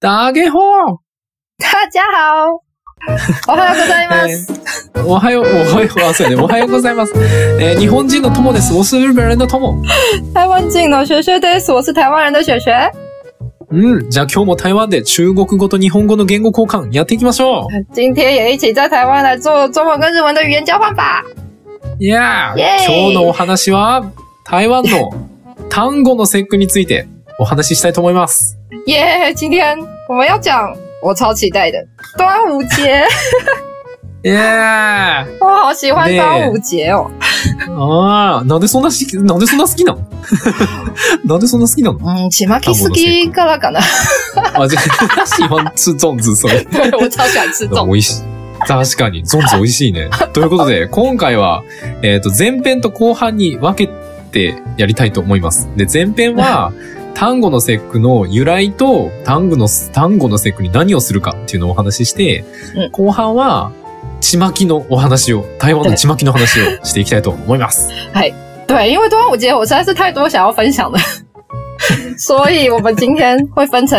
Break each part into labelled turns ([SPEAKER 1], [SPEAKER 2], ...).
[SPEAKER 1] 大家好，
[SPEAKER 2] 大家好，おはようございます。
[SPEAKER 1] おはよう、おはよう、あ、そうやね、おはようございます。えー日本人の友です。我是日本人的友。
[SPEAKER 2] 台湾进的学学です。我是台湾人的雪雪。
[SPEAKER 1] うん、じゃあ今日も台湾で中国語と日本語の言語交換やっていきましょ
[SPEAKER 2] 今天也一起在台湾来做中文跟日文的语言交换吧。
[SPEAKER 1] う。いやー
[SPEAKER 2] イエー
[SPEAKER 1] 今
[SPEAKER 2] イ
[SPEAKER 1] 日のお話は、台湾の単語の節句についてお話ししたいと思います。
[SPEAKER 2] 耶、今天我们要讲，我超期待的端午节。
[SPEAKER 1] いやー
[SPEAKER 2] 我好喜欢端午节哦。
[SPEAKER 1] あー、なんでそんなし、なんでそんな 好きなのなんでそんな好きなの
[SPEAKER 2] 嗯，起码 kiss
[SPEAKER 1] 端午的节
[SPEAKER 2] k 嘎啦嘎啦。
[SPEAKER 1] あ、じゃあ、 喜欢吃粽子、それ。
[SPEAKER 2] 对， 我超喜欢吃粽。
[SPEAKER 1] 美味しい。確かに、ゾンズ美味しい ね。ということで、今回は、えっ、と、前編と後半に分けてやりたいと思います。で、前編 は、単語の節句の由来と、単語の、単語の節句に何をするかっていうのをお話しして、
[SPEAKER 2] うん
[SPEAKER 1] 後半は、ちまきのお話を、台湾のちまきの話をしていきたいと思い ます。
[SPEAKER 2] 对，因为端午节我实在是太多想要分享的，所以我们今天会分成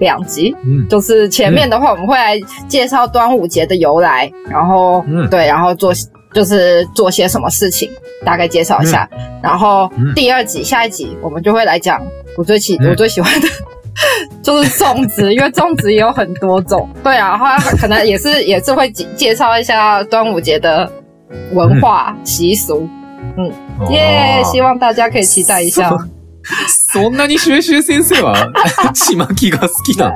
[SPEAKER 2] 两集。
[SPEAKER 1] うん。
[SPEAKER 2] 就是前面的话，我们会来介绍端午节的由来，然后、
[SPEAKER 1] 嗯
[SPEAKER 2] 对，然后做就是做些什么事情，大概介绍一下。然后
[SPEAKER 1] 嗯
[SPEAKER 2] 第二集、下一集我们就会来讲我最喜、
[SPEAKER 1] 嗯
[SPEAKER 2] 我最喜欢的。 就是粽子，因为粽子也有很多种，对啊，然后可能也是 也是会介介绍一下端午节的文化习俗，
[SPEAKER 1] 哦
[SPEAKER 2] 耶、希望大家可以期待 一下。
[SPEAKER 1] そんなにシュエシュエ先生は、 ちまきが好きなの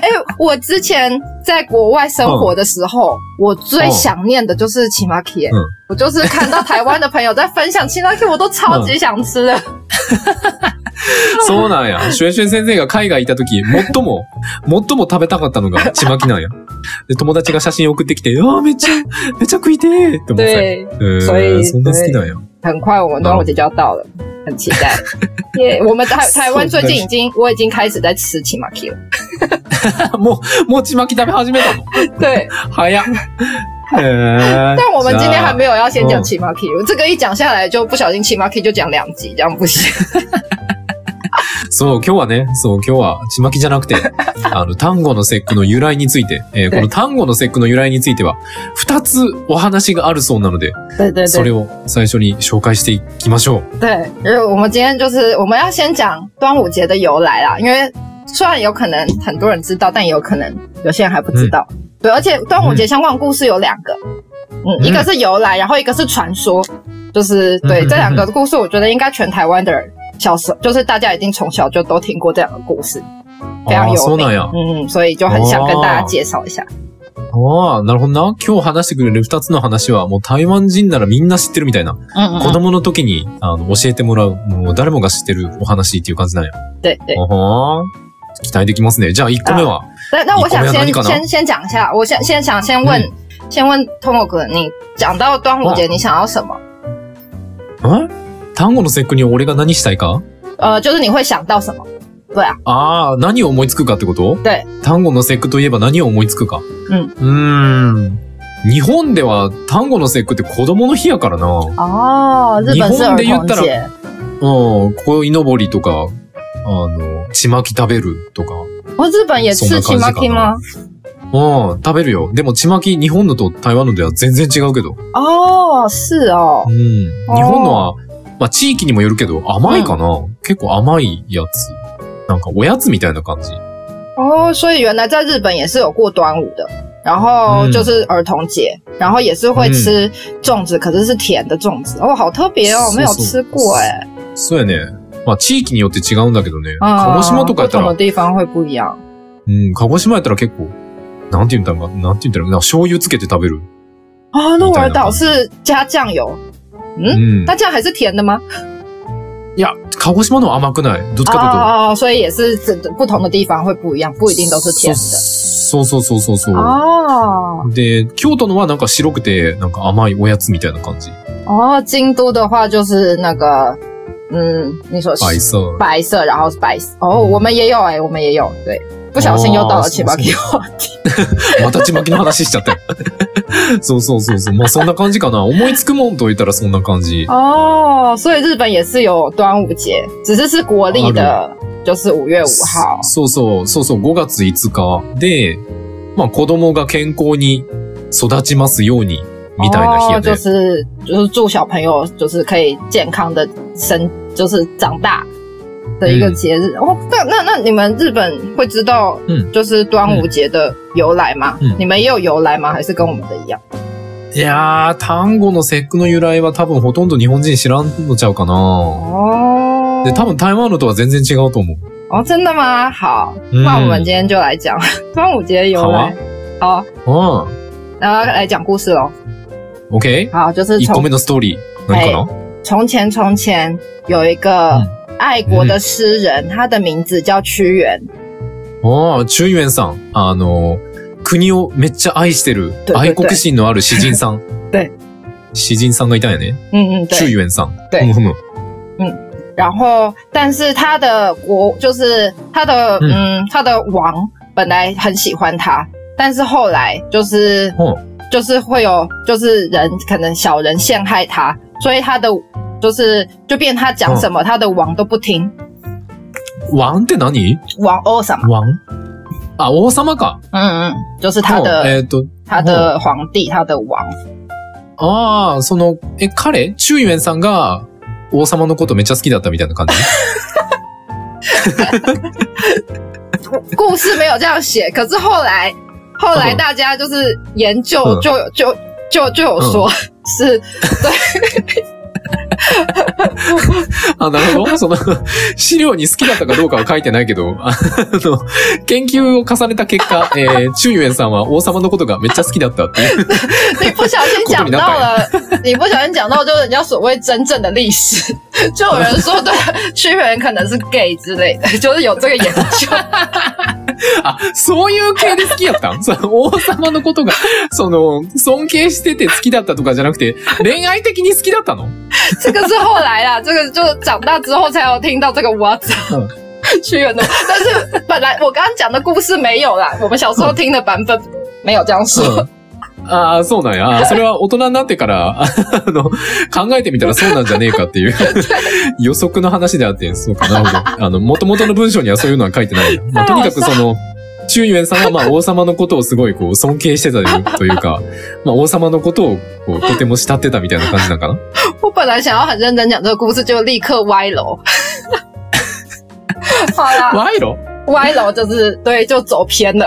[SPEAKER 2] 哎、我之前在国外生活的时候，我最想念的就是奇马 K。
[SPEAKER 1] 嗯
[SPEAKER 2] 我就是看到台湾的朋友在分享奇马 K，我都超级想吃的。
[SPEAKER 1] そうなんや。シュエシュエ先生が海外いた時、最も、 最も食べたかったのがちまきなんや。で、友達が写真送ってきて、うわめっちゃ、めっちゃ食いてーって思って
[SPEAKER 2] 对，
[SPEAKER 1] た。う
[SPEAKER 2] そ
[SPEAKER 1] ー
[SPEAKER 2] れ
[SPEAKER 1] ん、そんな好きなんや。
[SPEAKER 2] 很快我们端午节就要到了，很期待。耶、我们台台湾最近已经我已经开始在吃奇马 K 了。
[SPEAKER 1] もう、もうちまき食べ始めたの。
[SPEAKER 2] 对，
[SPEAKER 1] 早っ。へー
[SPEAKER 2] 但我们今天还
[SPEAKER 1] じゃ
[SPEAKER 2] 没有要先讲奇马 K，、这个一讲下来就不小心奇马 K 就讲两集，这样不行。
[SPEAKER 1] あそう、今日はね、そう、今日は、ちまきじゃなくて、 あの、単語の節句の由来について、えーこの単語の節句の由来については、二つお話があるそうなので、
[SPEAKER 2] 对对
[SPEAKER 1] それを最初に紹介していきましょう。
[SPEAKER 2] 对，因为我们今天就是我们要先讲端午节的由来啦，因为虽然有可能很多人知道，但也有可能有些人还不知道。嗯对，而且端午节相关的故事有两个，嗯，
[SPEAKER 1] 嗯
[SPEAKER 2] 一个是由来，然后一个是传说，就是对、
[SPEAKER 1] 嗯
[SPEAKER 2] 这两个故事，我觉得应该全台湾的人小时候就是大家一定从小就都听过这两个故事，非常
[SPEAKER 1] ああ、
[SPEAKER 2] 有
[SPEAKER 1] そう
[SPEAKER 2] 名
[SPEAKER 1] なんや。
[SPEAKER 2] 嗯，所以就很想跟大家介绍一下。
[SPEAKER 1] ああ、なるほどな。今日話してくれる二つの話は、もう台湾人ならみんな知ってるみたいな。
[SPEAKER 2] 嗯嗯
[SPEAKER 1] 子
[SPEAKER 2] 嗯，
[SPEAKER 1] 供の時に、あの、教えてもらう、もう誰もが知ってるお話っていう感じなんや。
[SPEAKER 2] 对对。
[SPEAKER 1] あはー期待できますね。じゃあ、一個目は。
[SPEAKER 2] 那那我
[SPEAKER 1] 你
[SPEAKER 2] 想
[SPEAKER 1] 后面哪里
[SPEAKER 2] 先
[SPEAKER 1] 搞呢
[SPEAKER 2] 先先讲一下，我先先想先问、先问 Tomo 哥，你讲到端午节，你想要什么？
[SPEAKER 1] ん単語の節句に俺が何したいか
[SPEAKER 2] 呃，就是你会想到什么？对啊，
[SPEAKER 1] ああ、何を思いつくかってこと
[SPEAKER 2] 对
[SPEAKER 1] 単語の節句といえば何を思いつくか。
[SPEAKER 2] うん
[SPEAKER 1] ん。うーん。日本では単語の節句って子供の日やからな。
[SPEAKER 2] 哦，日本是儿
[SPEAKER 1] 你
[SPEAKER 2] 童
[SPEAKER 1] 轰得有
[SPEAKER 2] 节，
[SPEAKER 1] うん。鯉のぼりとか、あの、ちまき食べるとか。
[SPEAKER 2] 哦，日本也
[SPEAKER 1] そん
[SPEAKER 2] 吃
[SPEAKER 1] な感じかな
[SPEAKER 2] kimaki 吗？
[SPEAKER 1] うん、食べるよ。でも、ちまき、日本のと台湾のでは全然違うけど。
[SPEAKER 2] 哦，是哦
[SPEAKER 1] う，ん。日本のは、まあ、地域にもよるけど、甘いかな、結構甘いやつ。なんか、おやつみたいな感じ。嗯
[SPEAKER 2] 哦，所以原来在日本也是有过端午的，然后
[SPEAKER 1] 嗯
[SPEAKER 2] 就是儿童节，然后也是会吃粽子，可是是甜的粽子，哦，好特别哦，
[SPEAKER 1] 是
[SPEAKER 2] 没有
[SPEAKER 1] 是
[SPEAKER 2] 吃过哎，
[SPEAKER 1] そうやね。まあ、地域によって違うんだけどね。鹿
[SPEAKER 2] 啊
[SPEAKER 1] 児島とかや
[SPEAKER 2] 不
[SPEAKER 1] った
[SPEAKER 2] 同的
[SPEAKER 1] ら、
[SPEAKER 2] 地方会不一样，
[SPEAKER 1] うん、鹿児島やったら結構、なんて言うんだろう、なんて言うんだろう、なんか醤油つけて食べる。
[SPEAKER 2] 哦，鹿儿岛
[SPEAKER 1] 你
[SPEAKER 2] 是加酱油，
[SPEAKER 1] う。
[SPEAKER 2] うん那这样还是甜的吗？
[SPEAKER 1] いや、鹿児島のは甘くない。どっちか
[SPEAKER 2] 哦哦，所以也是这不同的地方会不一样，不
[SPEAKER 1] と
[SPEAKER 2] 一
[SPEAKER 1] いうと。
[SPEAKER 2] 定都是甜的。
[SPEAKER 1] そうそうそうそうそう。
[SPEAKER 2] 哦
[SPEAKER 1] で、京都のはなんか白くて、なんか甘いおやつみたいな感じ。
[SPEAKER 2] 哦，京都的话就是那个，嗯，你说
[SPEAKER 1] 白色。嗯
[SPEAKER 2] 白色，然后是白色。哦，我们也有哎、我们也有。对，不小心又到了七
[SPEAKER 1] 哦
[SPEAKER 2] 八 Q 话题。
[SPEAKER 1] またちまきの話しちゃったよ。 そうそうそうそう。まあそんな感じかな。思いつくもんと言ったらそんな感じ。
[SPEAKER 2] 哦，所以日本也是有端午节，只是是国历的就是五月五号。
[SPEAKER 1] そうそう、そうそう、5月5日で、まあ子供が健康に育ちますように、みたいな日やね。
[SPEAKER 2] 哦、就是就是祝小朋友就是可以健康的生，就是长大的一个节日。哦，那那那你们日本会知道，
[SPEAKER 1] 嗯
[SPEAKER 2] 就是端午节的由来吗？
[SPEAKER 1] 嗯
[SPEAKER 2] 你们也有由来吗？还是跟我们的一样？
[SPEAKER 1] いやー、単語の節句の由来は多分ほとんど日本人知らんのちゃうかな。
[SPEAKER 2] 哦
[SPEAKER 1] で、多分台湾のとは全然違うと思う。
[SPEAKER 2] 哦，真的吗？好，
[SPEAKER 1] 嗯
[SPEAKER 2] 那我们今天就来讲 端午节的由来。好，
[SPEAKER 1] うん。
[SPEAKER 2] 然后来讲故事喽。
[SPEAKER 1] OK?
[SPEAKER 2] 好，就是
[SPEAKER 1] 1個目
[SPEAKER 2] 从
[SPEAKER 1] のストーリー。何かな
[SPEAKER 2] 从前从前有一个
[SPEAKER 1] 嗯
[SPEAKER 2] 爱国的诗人，他的名字叫屈原。
[SPEAKER 1] ああ、中元さん。あの、国をめっちゃ愛してる、
[SPEAKER 2] 对对
[SPEAKER 1] 愛国心のある詩人さん。
[SPEAKER 2] 对。
[SPEAKER 1] 詩人さんがいたんやね。
[SPEAKER 2] 嗯嗯，对
[SPEAKER 1] 中。元さん。
[SPEAKER 2] 对
[SPEAKER 1] ふむふむ。
[SPEAKER 2] 然后，但是他的国就是他的嗯他的王本来很喜欢他，但是后来就是、
[SPEAKER 1] 哦
[SPEAKER 2] 就是会有就是人可能小人陷害他，所以他的就是就变他讲什么、他的王都不听，
[SPEAKER 1] 王って何
[SPEAKER 2] 王欧什么，
[SPEAKER 1] 王あ、王様か。
[SPEAKER 2] 嗯嗯，就是他的、
[SPEAKER 1] うんえっ、と、
[SPEAKER 2] 他
[SPEAKER 1] 哦
[SPEAKER 2] 的皇帝他的王，
[SPEAKER 1] ああ、その、え、彼中元さんが王様のことめっちゃ好きだったみたいな感じ
[SPEAKER 2] 故事没有这样写，可是后来后来
[SPEAKER 1] 嗯
[SPEAKER 2] 大家就是研究
[SPEAKER 1] 嗯
[SPEAKER 2] 就、就就就有说、 是
[SPEAKER 1] あ、なるほ ど。その、資料に好きだったかどうかは書いてないけど、あの、研究を重ねた結果、えー、中元さんは王様のことがめっちゃ好きだったっていう。
[SPEAKER 2] 你不小心讲到 了，你不小心讲到就是人家所谓真正的历史，就有人说对屈原可能是 gay 之类的，就是有这个研究。
[SPEAKER 1] あ、そういう系で好きやったん その王様のことが、その、尊敬してて好きだったとかじゃなくて、恋愛的に好きだったの
[SPEAKER 2] 这个是后来啦，这个就长大之后才有听到这个 what
[SPEAKER 1] 嗯
[SPEAKER 2] 屈原的，但是本来我刚刚讲的故事没有啦，我们小时候听的版本没有这样说。
[SPEAKER 1] うん。 ああ、そうなんや。あーそれは大人になってから、あの、考えてみたらそうなんじゃねえかっていう 予測の話であって、そうかなるほど。あの、元々の文章にはそういうのは書いてない。まあ、とにかくその、中元さんはまあ王様のことをすごいこう尊敬してたというか、まあ王様のことをこうとても慕ってたみたいな感じなのかな
[SPEAKER 2] 我本来想要很认真讲这个故事，就立刻歪楼。好啦，
[SPEAKER 1] 賄賂
[SPEAKER 2] 歪楼就是对，就走偏了。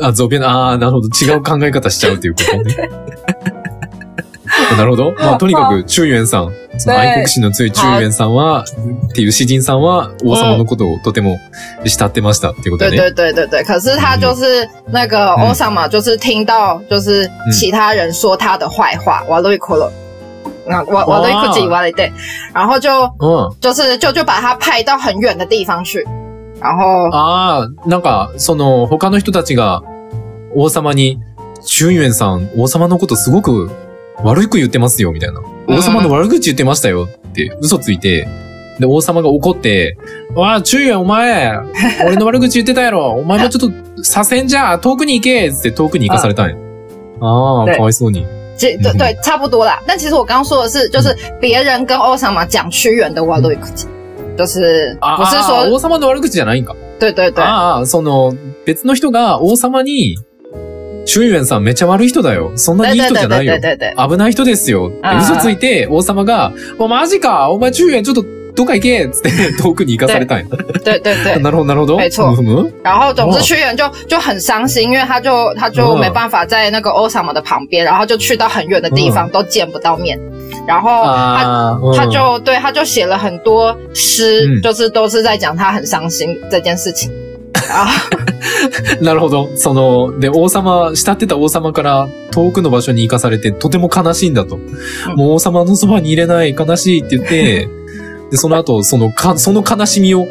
[SPEAKER 1] あ、増便、ああ、なるほど。違う考え方しちゃうということね。 なるほど。まあ、とにかく、中元さん、その愛国心の強い中元さんは、っていう詩人さんは、王様のことをとても慕ってましたっていうこと
[SPEAKER 2] 对
[SPEAKER 1] ね。
[SPEAKER 2] 对对对对，可是他就是那个
[SPEAKER 1] 嗯
[SPEAKER 2] 欧萨嘛，就是听到就是其他人说他的坏话，瓦洛伊库洛，那瓦瓦洛伊库吉瓦里对，然后就
[SPEAKER 1] うん。
[SPEAKER 2] 就是就就把他派到很远的地方去，然后
[SPEAKER 1] 哦ああ、なんか、その、他の人たちが、王様に、中元さん、王様のことすごく悪く言ってますよ、みたいな。
[SPEAKER 2] うん
[SPEAKER 1] 王様の悪口言ってましたよって、嘘ついて、で、王様が怒って、わあ、中元お前、俺の悪口言ってたや ろ、お前もちょっと、左遷じゃ、遠くに行けっつって遠くに行かされたんや。ああ、
[SPEAKER 2] で
[SPEAKER 1] かわいそうに。
[SPEAKER 2] 其实对
[SPEAKER 1] 嗯
[SPEAKER 2] 对差不多啦。但其实我刚刚说的是，就是别人跟欧萨嘛讲屈原的瓦洛伊库吉，就是
[SPEAKER 1] あ
[SPEAKER 2] 不是
[SPEAKER 1] あ
[SPEAKER 2] 说
[SPEAKER 1] 王様の悪口じゃないんか。
[SPEAKER 2] 对对对
[SPEAKER 1] ああ、その、別の人が王様に、中元さんめっちゃ悪い人だよ。そんな
[SPEAKER 2] 对
[SPEAKER 1] にいい
[SPEAKER 2] 对
[SPEAKER 1] 人じ
[SPEAKER 2] 对
[SPEAKER 1] ゃない
[SPEAKER 2] 对
[SPEAKER 1] よ
[SPEAKER 2] 对。对对，
[SPEAKER 1] 危ない人ですよ。
[SPEAKER 2] あー
[SPEAKER 1] 嘘ついて、王様が、おマジかお前10円ちょっと、どっか行けっつって、 遠くに行かされたんや。
[SPEAKER 2] 对对 对。
[SPEAKER 1] なるほど、なるほど。
[SPEAKER 2] 没错
[SPEAKER 1] ふむふむ
[SPEAKER 2] 然后，总
[SPEAKER 1] 哦
[SPEAKER 2] 之屈原就就很伤心，因为他就他就
[SPEAKER 1] 嗯
[SPEAKER 2] 没办法在那个欧萨姆的旁边，然后就去到很远的地
[SPEAKER 1] 哦
[SPEAKER 2] 方、都见不到面，然后他、
[SPEAKER 1] あー
[SPEAKER 2] 他
[SPEAKER 1] うん
[SPEAKER 2] 就对他就写了很多诗，
[SPEAKER 1] 哦嗯
[SPEAKER 2] 就是都是在讲他很伤心这件事情。然后
[SPEAKER 1] なるほど。その、で、王様、慕ってた王様から遠くの場所に行かされて、とても悲しいんだと。もう王様のそばにいれない、悲しいって言 って、で、その後、その、か、その悲しみを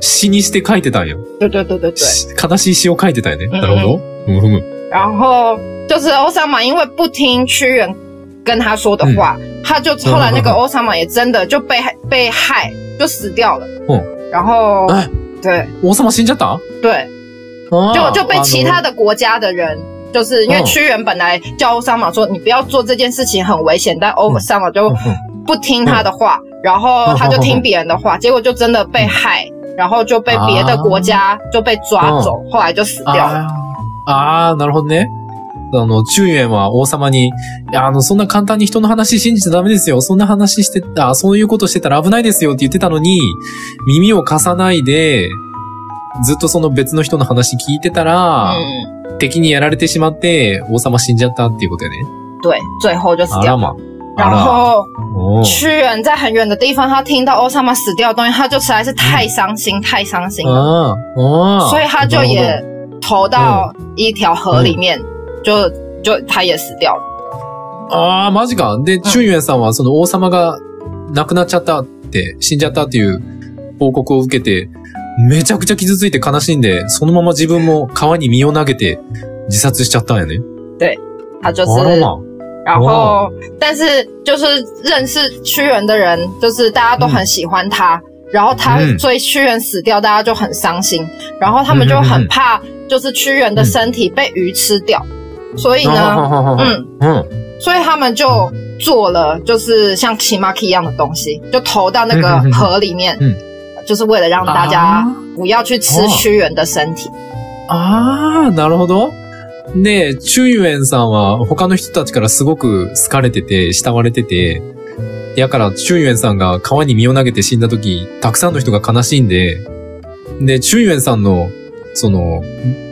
[SPEAKER 1] 詩にして書いてたんや。
[SPEAKER 2] 对对对对对，
[SPEAKER 1] し悲しい詩を書いてたんやね。
[SPEAKER 2] うん
[SPEAKER 1] なるほど。ふむふむ。
[SPEAKER 2] 然后就是欧萨姆因为不听屈原跟他说的话，他就后来那个
[SPEAKER 1] 嗯嗯嗯
[SPEAKER 2] 欧萨姆也真的就被害被害就死掉了。
[SPEAKER 1] 嗯，
[SPEAKER 2] 然后、
[SPEAKER 1] 哎
[SPEAKER 2] 对
[SPEAKER 1] 王様死んじゃった
[SPEAKER 2] 对。
[SPEAKER 1] あー
[SPEAKER 2] 就就被其他
[SPEAKER 1] あの
[SPEAKER 2] 的国家的人，就是因为
[SPEAKER 1] 嗯
[SPEAKER 2] 屈原本来叫欧桑马说你不要做这件事情很危险，但欧
[SPEAKER 1] 嗯
[SPEAKER 2] 桑马就
[SPEAKER 1] うんうん嗯
[SPEAKER 2] 不听他的话，然后他就听别人的话，结果就真的被害然后就被别的国家就被抓走，
[SPEAKER 1] 嗯
[SPEAKER 2] 后来就死掉了。
[SPEAKER 1] ああー、なるほどね。あの、中元は王様に、いや、あの、そんな簡単に人の話信じちゃダメですよ。そんな話して、あそういうことしてたら危ないですよって言ってたのに、耳を貸さないで、ずっとその別の人の話聞いてたら、
[SPEAKER 2] 嗯，
[SPEAKER 1] 敵にやられてしまって、王様死んじゃったっていうことやね。
[SPEAKER 2] 对，最后就死
[SPEAKER 1] あ
[SPEAKER 2] 掉
[SPEAKER 1] ら
[SPEAKER 2] 了。
[SPEAKER 1] ま。あ
[SPEAKER 2] 然
[SPEAKER 1] ら。
[SPEAKER 2] 后
[SPEAKER 1] おう
[SPEAKER 2] 屈原在很远的地方，他听到奥萨玛死掉的东西，他就实在是太伤心，太伤心了，
[SPEAKER 1] あーあー。
[SPEAKER 2] 所以他就
[SPEAKER 1] な
[SPEAKER 2] 也
[SPEAKER 1] る
[SPEAKER 2] 投到一条河里面，就就他也死掉了。
[SPEAKER 1] ほどああ、マジか。で、中元さんはその王様が亡くなっちゃったって、死んじゃったっていう報告を受けて、めちゃくちゃ傷ついて悲しんで、そのまま自分も川に身を投げて自殺しちゃったんやね。
[SPEAKER 2] 他就
[SPEAKER 1] あら
[SPEAKER 2] 是，
[SPEAKER 1] ま。
[SPEAKER 2] 然
[SPEAKER 1] 哦哇
[SPEAKER 2] 后但是就是认识屈原的人，就是大家都很喜欢他，然后他
[SPEAKER 1] 嗯
[SPEAKER 2] 所以屈原死掉，大家就很伤心，然后他们就
[SPEAKER 1] 嗯嗯嗯
[SPEAKER 2] 很怕，就是屈原的身体被鱼吃掉，所以
[SPEAKER 1] 哦
[SPEAKER 2] 呢，
[SPEAKER 1] あ
[SPEAKER 2] 嗯。
[SPEAKER 1] ーうん。
[SPEAKER 2] 所以他们就做了就是像 kimaki 一样的东西，就投到那个河里面，
[SPEAKER 1] 嗯嗯
[SPEAKER 2] 就是为了让大家不要去吃
[SPEAKER 1] 哦
[SPEAKER 2] 屈原的身体。
[SPEAKER 1] ああ、なるほど。で、中元さんは他の人たちからすごく好かれてて、慕われてて、やから中元さんが川に身を投げて死んだ時、たくさんの人が悲しんで、で、中元さんの、その、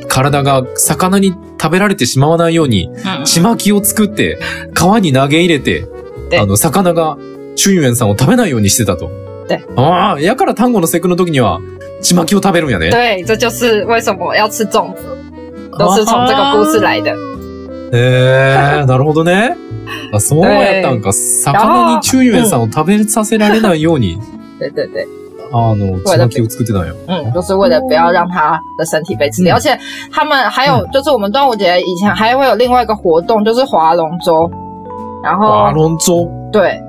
[SPEAKER 1] 体が魚に食べられてしまわないように、
[SPEAKER 2] 嗯
[SPEAKER 1] ちまきを作って、川に投げ入れて、
[SPEAKER 2] で
[SPEAKER 1] あの、魚が中元さんを食べないようにしてたと
[SPEAKER 2] で。
[SPEAKER 1] ああ、やから単語の節句の時には、ちまきを食べるんやね。
[SPEAKER 2] 对，这就是为什么要吃粽子，都是从这个故事来的。
[SPEAKER 1] へえー、なるほど ね。あそうやったんか。魚に中元さんを食べさせられないように、
[SPEAKER 2] 对对对，
[SPEAKER 1] あの、ちまきを作ってたんや。
[SPEAKER 2] 嗯，就是为了不要让他的身体被吃掉。
[SPEAKER 1] 嗯
[SPEAKER 2] 而且他们还有
[SPEAKER 1] 嗯
[SPEAKER 2] 就是我们端午节以前还会有另外一个活动，就是划龙舟。然
[SPEAKER 1] ア
[SPEAKER 2] 后
[SPEAKER 1] ロンゾ
[SPEAKER 2] 对，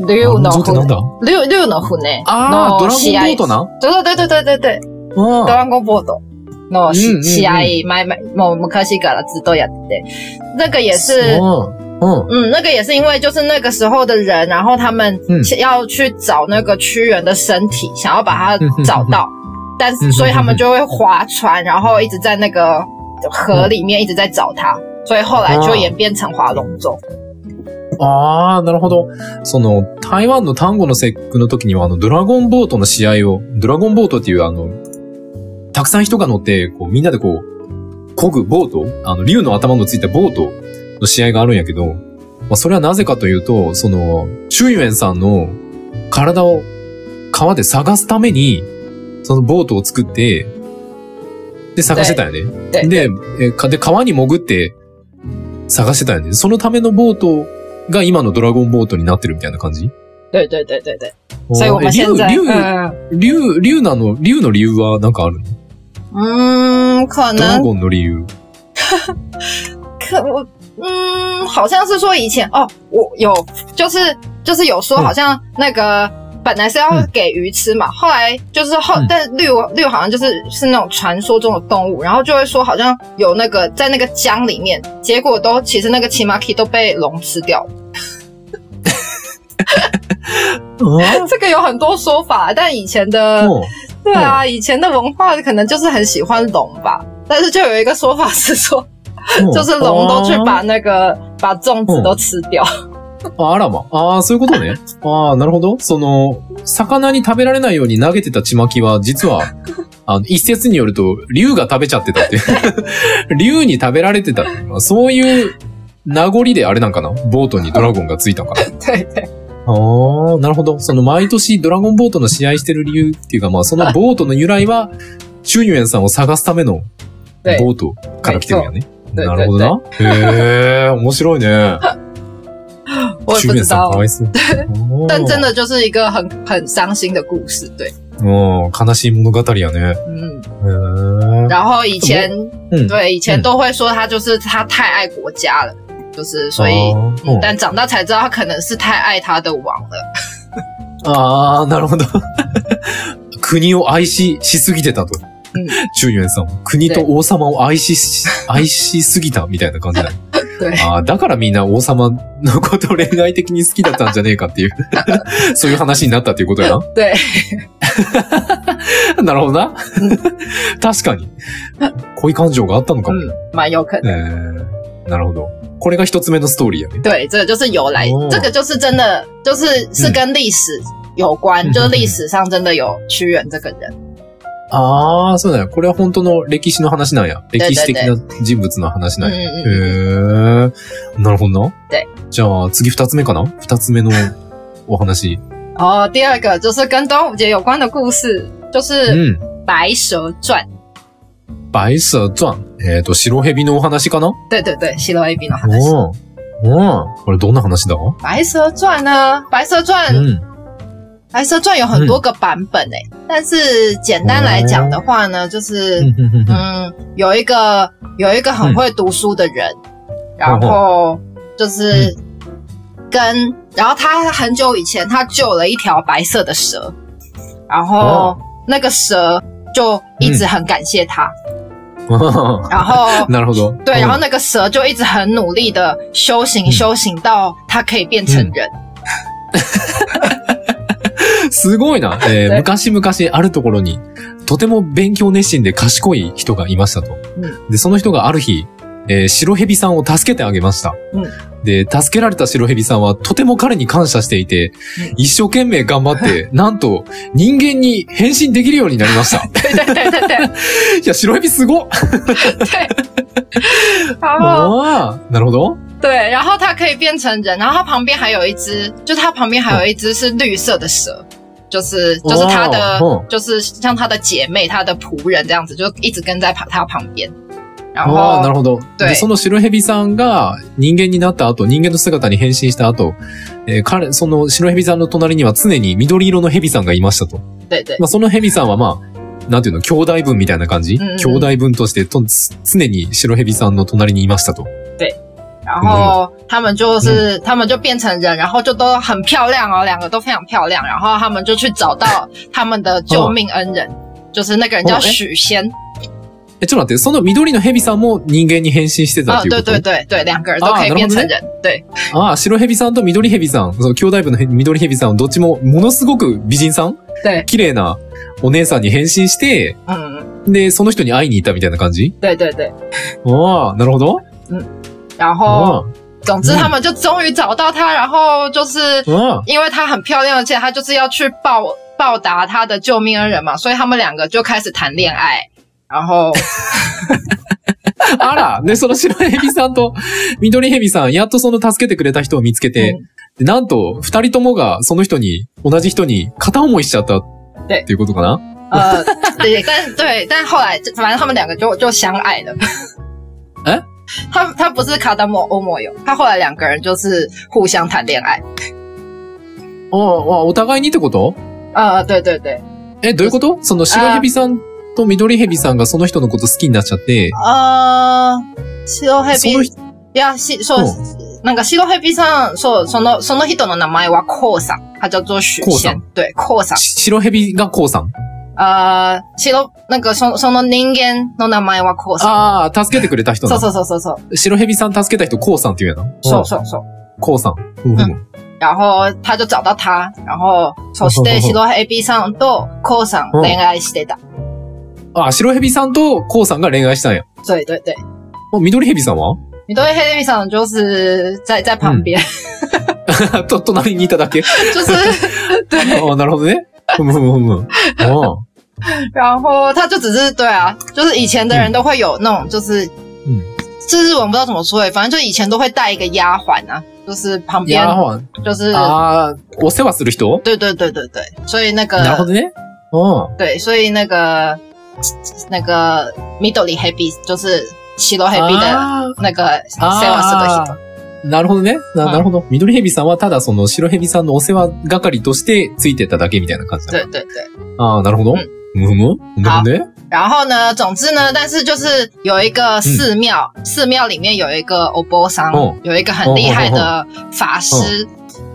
[SPEAKER 1] ウ。ア
[SPEAKER 2] 六
[SPEAKER 1] ロン
[SPEAKER 2] の
[SPEAKER 1] ゾウってなん
[SPEAKER 2] 船，
[SPEAKER 1] だ
[SPEAKER 2] 六六の船
[SPEAKER 1] ああ、ド
[SPEAKER 2] の
[SPEAKER 1] ラゴン
[SPEAKER 2] 試
[SPEAKER 1] ボ
[SPEAKER 2] 合
[SPEAKER 1] ートな。
[SPEAKER 2] 对对对对对对对。ド
[SPEAKER 1] う
[SPEAKER 2] ラゴンボートの
[SPEAKER 1] うんうんうん
[SPEAKER 2] 試合前々、もう昔からずっとやってて、那个也是
[SPEAKER 1] ん。。うん。うん。
[SPEAKER 2] 嗯，那个也是因为就是那个时候的人，然后他们
[SPEAKER 1] 嗯
[SPEAKER 2] 要去找那个屈原的身体，想要把它
[SPEAKER 1] 嗯哼
[SPEAKER 2] 找到，但
[SPEAKER 1] 嗯哼
[SPEAKER 2] 是所以他们
[SPEAKER 1] 哼
[SPEAKER 2] 就会划船，然后一直在那个河里面一直在找他，所以后来就
[SPEAKER 1] 哦
[SPEAKER 2] 演变成划龙舟。
[SPEAKER 1] ああ、なるほど。その、台湾の単語の節句の時には、あの、ドラゴンボートの試合を、ドラゴンボートっていう、あの、たくさん人が乗って、こう、みんなでこう、漕ぐボート、あの、竜の頭のついたボートの試合があるんやけど、まあ、それはなぜかというと、その、中元さんの体を川で探すために、そのボートを作って、で、探してたよね。
[SPEAKER 2] 对
[SPEAKER 1] で、えかで、川に潜って探してたよね。そのためのボートが今のドラゴンボートになってるみたいな感じ
[SPEAKER 2] 对对对对对，所以
[SPEAKER 1] 哦
[SPEAKER 2] 我们现在
[SPEAKER 1] 竜、
[SPEAKER 2] 嗯
[SPEAKER 1] 竜、竜、竜なの、竜の理由はなんかあるの
[SPEAKER 2] 嗯，可
[SPEAKER 1] ドラ
[SPEAKER 2] 能
[SPEAKER 1] ゴンの理由。
[SPEAKER 2] 可我嗯，好像是说以前哦，我有就是就是有说
[SPEAKER 1] 嗯
[SPEAKER 2] 好像那个。本来是要
[SPEAKER 1] 嗯
[SPEAKER 2] 给鱼吃嘛，后来就是后，
[SPEAKER 1] 嗯
[SPEAKER 2] 但绿绿好像就是是那种传说中的动物，然后就会说好像有那个在那个江里面，结果都其实那个奇马 k 都被龙吃掉了。
[SPEAKER 1] 哦
[SPEAKER 2] 这个有很多说法，但以前的、
[SPEAKER 1] も
[SPEAKER 2] 对啊，以前的文化可能就是很喜欢龙吧，但是就有一个说法是说，
[SPEAKER 1] う、もう
[SPEAKER 2] 就是龙都去把那个把粽
[SPEAKER 1] 嗯
[SPEAKER 2] 子都吃掉。
[SPEAKER 1] ああらま。ああ、そういうこと ね。ああ、なるほど。その、魚に食べられないように投げてたちまきは、実 は、あの、一説によると、竜が食べちゃってたって いう。竜に食べられてたっていう。まあそういう名残であれなんかなボートにドラゴンがついたのかな
[SPEAKER 2] 对对。
[SPEAKER 1] ああ、なるほど。その毎年ドラゴンボートの試合してる理由っていうか、まあそのボートの由来は、中元さんを探すための
[SPEAKER 2] 对
[SPEAKER 1] ボートから来てるんやね。
[SPEAKER 2] そう
[SPEAKER 1] なるほどな。へえ、面白いね。
[SPEAKER 2] 我也
[SPEAKER 1] 中
[SPEAKER 2] 不
[SPEAKER 1] 元
[SPEAKER 2] 知
[SPEAKER 1] さん
[SPEAKER 2] 道
[SPEAKER 1] かわ，いそう。
[SPEAKER 2] 但真
[SPEAKER 1] 的。
[SPEAKER 2] 的就是一个很很伤心的故事，对，
[SPEAKER 1] うん、悲しい物語やね。へ
[SPEAKER 2] 嗯。
[SPEAKER 1] え。
[SPEAKER 2] 然后以前，
[SPEAKER 1] 嗯
[SPEAKER 2] 对，以前
[SPEAKER 1] 嗯
[SPEAKER 2] 都会说他就是他太爱国家了，就是所以，
[SPEAKER 1] あー
[SPEAKER 2] 嗯但长大才知道他可能是太爱他的王了。
[SPEAKER 1] あー、なるほど。 国を愛ししすぎてたと
[SPEAKER 2] うん。
[SPEAKER 1] 中元さんも。国と王様を愛しし、愛しすぎたみたいな感じだね。
[SPEAKER 2] 对，
[SPEAKER 1] ああ、だからみんな王様のことを恋愛的に好きだったんじゃねえかっていう、そういう話になったっていうことやな。
[SPEAKER 2] 对，
[SPEAKER 1] なるほどな。確かに。恋感情があったのかも。
[SPEAKER 2] 嗯，蛮有可能。
[SPEAKER 1] えー、なるほど。これが一つ目のストーリーやね。
[SPEAKER 2] 对，这个就是由来，
[SPEAKER 1] 哦
[SPEAKER 2] 这个就是真的，就是是跟历史有关，
[SPEAKER 1] 嗯
[SPEAKER 2] 就是历史上真的有屈原这个人。
[SPEAKER 1] ああ、そうだよ。これは本当の歴史の話なんや。
[SPEAKER 2] い
[SPEAKER 1] 歴史的な人物の話
[SPEAKER 2] 嗯
[SPEAKER 1] なんや。
[SPEAKER 2] 嗯
[SPEAKER 1] へ
[SPEAKER 2] 嗯，
[SPEAKER 1] えー、なるほどな
[SPEAKER 2] で。
[SPEAKER 1] じゃあ、次二つ目かな二つ目のお話。
[SPEAKER 2] 然后哦第二个就是跟端午节有关的故事，就是《
[SPEAKER 1] うん。
[SPEAKER 2] 白蛇传》。
[SPEAKER 1] バイスツァン。えっ、と、白蛇のお話かな
[SPEAKER 2] 对对对，西罗 A B 的話《
[SPEAKER 1] おうん。これどんな話だう
[SPEAKER 2] 白蛇传》呢，《白蛇传》
[SPEAKER 1] ん。
[SPEAKER 2] 白蛇传》有很多个版本诶、但是简单来讲的话呢，就是
[SPEAKER 1] うんうんうん
[SPEAKER 2] 嗯，有一个有一个很会读书的人，然后就是跟，然后他很久以前他救了一条白色的蛇，然后
[SPEAKER 1] 哦
[SPEAKER 2] 那个蛇就一直很感谢他，然后
[SPEAKER 1] なるほど。
[SPEAKER 2] 对，然后
[SPEAKER 1] うん
[SPEAKER 2] 那个蛇就一直很努力的修行，
[SPEAKER 1] 哦嗯
[SPEAKER 2] 修行到他可以变成人，
[SPEAKER 1] すごい な。えー
[SPEAKER 2] で
[SPEAKER 1] 昔々あるところに、とても勉強熱心で賢い人がいましたと。
[SPEAKER 2] う
[SPEAKER 1] で、その人がある日、えー白蛇さんを助けてあげました。
[SPEAKER 2] う
[SPEAKER 1] で、助けられた白蛇さんはとても彼に感謝していて、
[SPEAKER 2] うん
[SPEAKER 1] 一生懸命頑張 って、なんと人間に変身できるようになりました。
[SPEAKER 2] 对对 对对对
[SPEAKER 1] いや、白蛇すごっ
[SPEAKER 2] 对，然
[SPEAKER 1] 哦
[SPEAKER 2] 后。
[SPEAKER 1] あーなるほど。
[SPEAKER 2] 对，然后它可以变成人，然后它旁边还有一只，就它旁边还有一只是绿色的蛇，就是就是它的，
[SPEAKER 1] 哦哦
[SPEAKER 2] 就是像它的姐妹、它的仆人这样子，就一直跟在旁它旁边。然
[SPEAKER 1] ああ、な
[SPEAKER 2] 后
[SPEAKER 1] るほど。
[SPEAKER 2] 对
[SPEAKER 1] で、その白蛇さんが人間になった後、人間の姿に変身した後、えー彼、その白蛇さんの隣には常に緑色の蛇さんがいましたと。
[SPEAKER 2] 对对
[SPEAKER 1] まあ、その蛇さんはまあ、なんていうの、兄弟分みたいな感じ、
[SPEAKER 2] んうんうん
[SPEAKER 1] 兄弟分としてとつ常に白蛇さんの隣にいましたと。
[SPEAKER 2] 然后他们就是、他们就变成人，然后就都很漂亮哦，两个都非常漂亮。然后他们就去找到他们的救命恩人，就是那个人叫
[SPEAKER 1] 哦哎
[SPEAKER 2] 许仙
[SPEAKER 1] え、ちょっと待って、その緑の蛇さんも人間に変身してた
[SPEAKER 2] 啊、
[SPEAKER 1] っていう
[SPEAKER 2] 对
[SPEAKER 1] こと、
[SPEAKER 2] 对对对，两个人都可以
[SPEAKER 1] 哦
[SPEAKER 2] 变成
[SPEAKER 1] 然后呢
[SPEAKER 2] 人，对
[SPEAKER 1] ああ、白蛇さんと緑蛇さん、その兄弟分のへ緑蛇さん、どっちもものすごく美人さん
[SPEAKER 2] 对，
[SPEAKER 1] 綺麗なお姉さんに変身して、
[SPEAKER 2] 嗯，
[SPEAKER 1] で、その人に会いに行ったみたいな感じ
[SPEAKER 2] 对对对。
[SPEAKER 1] ああ、なるほど。
[SPEAKER 2] 然后
[SPEAKER 1] あ
[SPEAKER 2] 总之，
[SPEAKER 1] 嗯
[SPEAKER 2] 他们就终于找到她，然后就是
[SPEAKER 1] あ、ああ。
[SPEAKER 2] 因为她很漂亮，而且她就是要去报报答她的救命恩人嘛，所以他们两个就开始谈恋爱。然后，
[SPEAKER 1] あら、で、その白蛇さんと緑蛇さん、やっとその助けてくれた人を見つけて、
[SPEAKER 2] 嗯
[SPEAKER 1] でなんと、二人ともがその人に、同じ人に片思いしちゃったっていうことかな
[SPEAKER 2] 嗯呃，对，但对，但后来就反正他们两个就就相爱了。
[SPEAKER 1] 哎
[SPEAKER 2] 他他不是卡达莫欧莫有，他后来两个人就是互相谈恋爱。
[SPEAKER 1] おおお互いにってこと
[SPEAKER 2] 呃，对对对，
[SPEAKER 1] え、どういうことその白蛇さんと緑蛇さんがその人のこと好きになっちゃって、
[SPEAKER 2] 呃，西罗黑
[SPEAKER 1] そ
[SPEAKER 2] 皮
[SPEAKER 1] の人、
[SPEAKER 2] いや、し、そう、なんか、白蛇さん、そう、その、その人の名前はコウさん。他叫做许
[SPEAKER 1] コウさ
[SPEAKER 2] 仙
[SPEAKER 1] ん。
[SPEAKER 2] 对、コウさん。
[SPEAKER 1] し白蛇がこうさん。
[SPEAKER 2] あー、白、なんか、その、その人間の名前はコウさん。
[SPEAKER 1] ああ、助けてくれた人
[SPEAKER 2] そう
[SPEAKER 1] な。
[SPEAKER 2] そうそうそう。そう
[SPEAKER 1] 白蛇さん助けた人、こうさんっていうやな。
[SPEAKER 2] そう
[SPEAKER 1] う。
[SPEAKER 2] そうそう。
[SPEAKER 1] こうさん。うんうん。
[SPEAKER 2] 然后、他就找到他。然后、そして、
[SPEAKER 1] ほうほう
[SPEAKER 2] 白蛇さんとコウさん
[SPEAKER 1] うん
[SPEAKER 2] 恋愛してた。
[SPEAKER 1] あ、白蛇さんとこうさんが恋愛したんや。
[SPEAKER 2] 对对对。
[SPEAKER 1] お緑蛇さんは
[SPEAKER 2] 你对黑蛇さん就是在、在旁边。
[SPEAKER 1] と、隣にいただけ。
[SPEAKER 2] 就是、对。
[SPEAKER 1] ああ、なるほどね。ふむふむふむ。あ
[SPEAKER 2] 然后他就只是对啊，就是以前的人都会有那种，就是嗯
[SPEAKER 1] 嗯，
[SPEAKER 2] 这日文不知道怎么说哎，反正就以前都会带一个丫鬟啊，就是旁
[SPEAKER 1] い
[SPEAKER 2] 边
[SPEAKER 1] やーほん
[SPEAKER 2] 就是
[SPEAKER 1] あー、お世話する人
[SPEAKER 2] 对对对对对，所以那
[SPEAKER 1] なるほ
[SPEAKER 2] 个
[SPEAKER 1] どね。うん。
[SPEAKER 2] 对，所以那个那个 middle happy 就是西罗 happy 的
[SPEAKER 1] あ
[SPEAKER 2] 那个 s a
[SPEAKER 1] あ
[SPEAKER 2] v a s 的
[SPEAKER 1] あー
[SPEAKER 2] 人，
[SPEAKER 1] なるほどね。な
[SPEAKER 2] うん
[SPEAKER 1] なるほど。緑蛇さんはただその白蛇さんのお世話係としてついてただけみたいな感じだ。
[SPEAKER 2] 对对对。
[SPEAKER 1] ああ、なるほど。
[SPEAKER 2] うん
[SPEAKER 1] ふむふむ。なるほどね。
[SPEAKER 2] 然后呢，总之呢，但是就是有一个寺庙，寺庙里面有一个欧波桑，
[SPEAKER 1] 哦
[SPEAKER 2] 哦有一个很厉害的法师，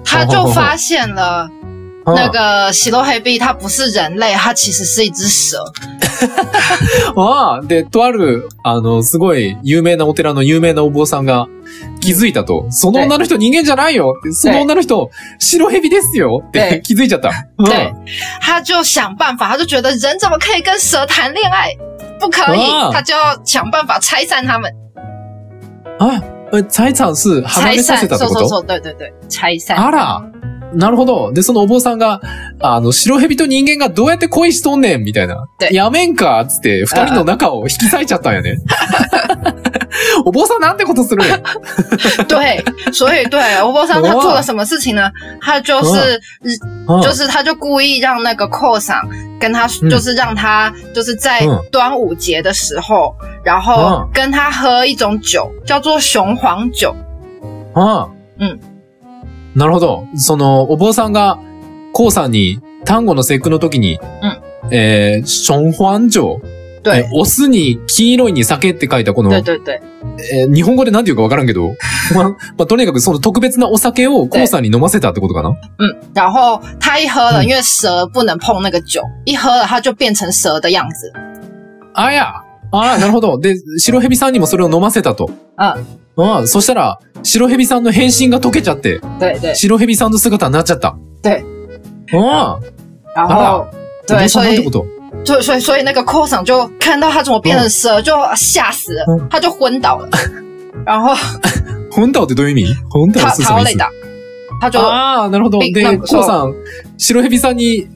[SPEAKER 2] 他就发现了那个喜洛黑壁它不是人类，它其实是一只蛇。
[SPEAKER 1] わあ、で、とある、あの、すごい有名なお寺の有名なお坊さんが気づいたと。その女の人人間じゃない よその女の人、白蛇ですよっ
[SPEAKER 2] 对
[SPEAKER 1] て気づいちゃった。うん
[SPEAKER 2] 对，他就想办法，他就觉得人怎么可以跟蛇谈恋爱？不可以
[SPEAKER 1] 啊，
[SPEAKER 2] 他就要想办法拆散他们，
[SPEAKER 1] あ、え財産数離
[SPEAKER 2] 拆
[SPEAKER 1] れさ
[SPEAKER 2] 散，
[SPEAKER 1] せたって
[SPEAKER 2] そう
[SPEAKER 1] こ
[SPEAKER 2] そ
[SPEAKER 1] と
[SPEAKER 2] うそう，对对对，拆散。
[SPEAKER 1] あら、なるほど。で、そのお坊さんが、あの、白蛇と人間がどうやって恋しとんねんみたいな。
[SPEAKER 2] で
[SPEAKER 1] やめんかっつって、二人の仲を引き裂いちゃったん やね。お坊さんなんてことするんや。
[SPEAKER 2] 对，所以对吴伯桑他做了什么事情呢？他就是
[SPEAKER 1] うん
[SPEAKER 2] 就是他就故意让那个寇赏跟他
[SPEAKER 1] 嗯
[SPEAKER 2] 就是让他就是在
[SPEAKER 1] 嗯
[SPEAKER 2] 端午节的时候，然后
[SPEAKER 1] 嗯
[SPEAKER 2] 跟他喝一种酒，叫做雄黄酒。
[SPEAKER 1] ああ。
[SPEAKER 2] うん。
[SPEAKER 1] なるほど。その、お坊さんが、こうさんに、単語の節句の時に、えー、ションホアンジョ、え
[SPEAKER 2] 对
[SPEAKER 1] ー、オスに黄色いに酒って書いたこの、
[SPEAKER 2] 对对对
[SPEAKER 1] えー日本語で何て言うかわからんけど、 まあ、まあ、とにかくその特別なお酒をこうさんに飲ませたってことかな
[SPEAKER 2] 嗯，然后他一喝了，
[SPEAKER 1] 嗯
[SPEAKER 2] 因为蛇不能碰那个酒，一喝了他就变成蛇的样子。
[SPEAKER 1] あや ああ、なるほど。で、白蛇さんにもそれを飲ませたと。
[SPEAKER 2] あ
[SPEAKER 1] ああ、そしたら、白蛇さんの変身が溶けちゃって、
[SPEAKER 2] 对对
[SPEAKER 1] 白蛇さんの姿になっちゃった。
[SPEAKER 2] 对。
[SPEAKER 1] ああ、啊
[SPEAKER 2] 然后
[SPEAKER 1] お
[SPEAKER 2] 对，
[SPEAKER 1] 坊さん
[SPEAKER 2] 所
[SPEAKER 1] なんて
[SPEAKER 2] 以
[SPEAKER 1] こと
[SPEAKER 2] 所以所以所以那个寇赏就看到他怎么变成蛇，就吓死了，
[SPEAKER 1] 嗯
[SPEAKER 2] 他就昏倒了，然后
[SPEAKER 1] 本倒ってどういう意味本倒
[SPEAKER 2] 他
[SPEAKER 1] する
[SPEAKER 2] 他
[SPEAKER 1] 意啊
[SPEAKER 2] 累
[SPEAKER 1] 味
[SPEAKER 2] 倒，他就
[SPEAKER 1] ああ、なるほど。
[SPEAKER 2] び
[SPEAKER 1] で、
[SPEAKER 2] なん
[SPEAKER 1] こ
[SPEAKER 2] か
[SPEAKER 1] う
[SPEAKER 2] そう
[SPEAKER 1] さん、白蛇さんに、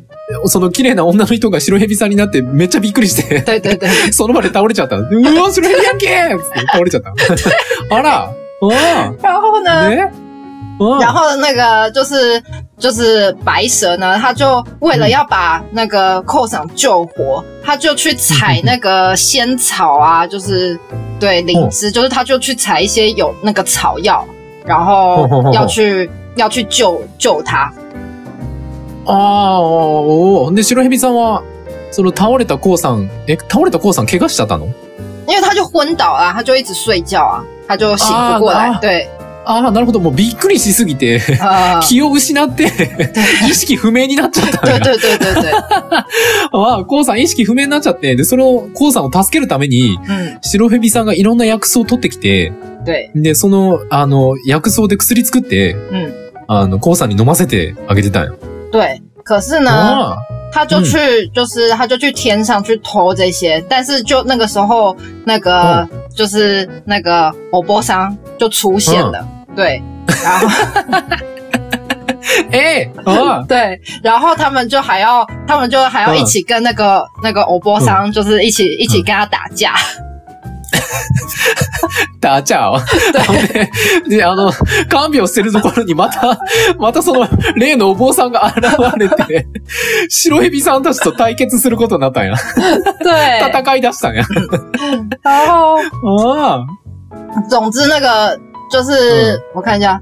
[SPEAKER 1] その綺麗な女の人が白蛇さんになってめっちゃびっくりして、
[SPEAKER 2] 对对对
[SPEAKER 1] その場で倒れちゃった。うわ、白蛇やんけーっつって倒れちゃった。 あら、あ
[SPEAKER 2] 然后
[SPEAKER 1] あ、
[SPEAKER 2] 呢，
[SPEAKER 1] ね
[SPEAKER 2] 然
[SPEAKER 1] ああ、
[SPEAKER 2] 后那个就是就是白蛇呢，他就为
[SPEAKER 1] 嗯
[SPEAKER 2] 了要把那个寇赏救活，他就去
[SPEAKER 1] 嗯
[SPEAKER 2] 采那个仙草啊，就是对
[SPEAKER 1] 哦
[SPEAKER 2] 灵芝，就是他就去采一些有那个草药，然后
[SPEAKER 1] 哦哦哦哦
[SPEAKER 2] 要去要去救救他。
[SPEAKER 1] ああ、おお。で、白蛇さんは、その倒れたこうさん、え、倒れたこうさん怪我しちゃったの
[SPEAKER 2] 因为他就昏倒了，他就一直睡觉啊，他就醒不过
[SPEAKER 1] 啊
[SPEAKER 2] 来
[SPEAKER 1] 啊。
[SPEAKER 2] 对，
[SPEAKER 1] ああ、なるほど。もうびっくりしすぎて、
[SPEAKER 2] 呃，
[SPEAKER 1] 気を失 って、意識不明になっちゃったんだ
[SPEAKER 2] 对对对对对，
[SPEAKER 1] ああ、コウさん意識不明になっちゃって、で、それを、コウさんを助けるために、
[SPEAKER 2] 嗯，
[SPEAKER 1] 白蛇さんがいろんな薬草を取ってきて、
[SPEAKER 2] 对，
[SPEAKER 1] で、その、あの、薬草で薬作って、
[SPEAKER 2] 嗯，
[SPEAKER 1] あの、コウさんに飲ませてあげてたんよ。
[SPEAKER 2] 对。可是呢，
[SPEAKER 1] あ
[SPEAKER 2] 他就去，就是他就去天上去偷这些，但是就那个时候，那个
[SPEAKER 1] 哦
[SPEAKER 2] 就是那个欧波桑就出现了，对，然 后
[SPEAKER 1] あ、ええあ
[SPEAKER 2] 对，然后他们就还要，他们就还要
[SPEAKER 1] 嗯
[SPEAKER 2] 一起跟那个、那个欧波桑，就是一起、一起跟他打架，
[SPEAKER 1] あ、じゃあ、で、あの、看病してるところにまた、またその、例のお坊さんが現れて、白蛇さんたちと対決することになったんや。
[SPEAKER 2] 嗯 对，
[SPEAKER 1] 戦い出したんや。
[SPEAKER 2] 然后
[SPEAKER 1] ああ、
[SPEAKER 2] 总之那个就是、
[SPEAKER 1] 嗯
[SPEAKER 2] 我看一下，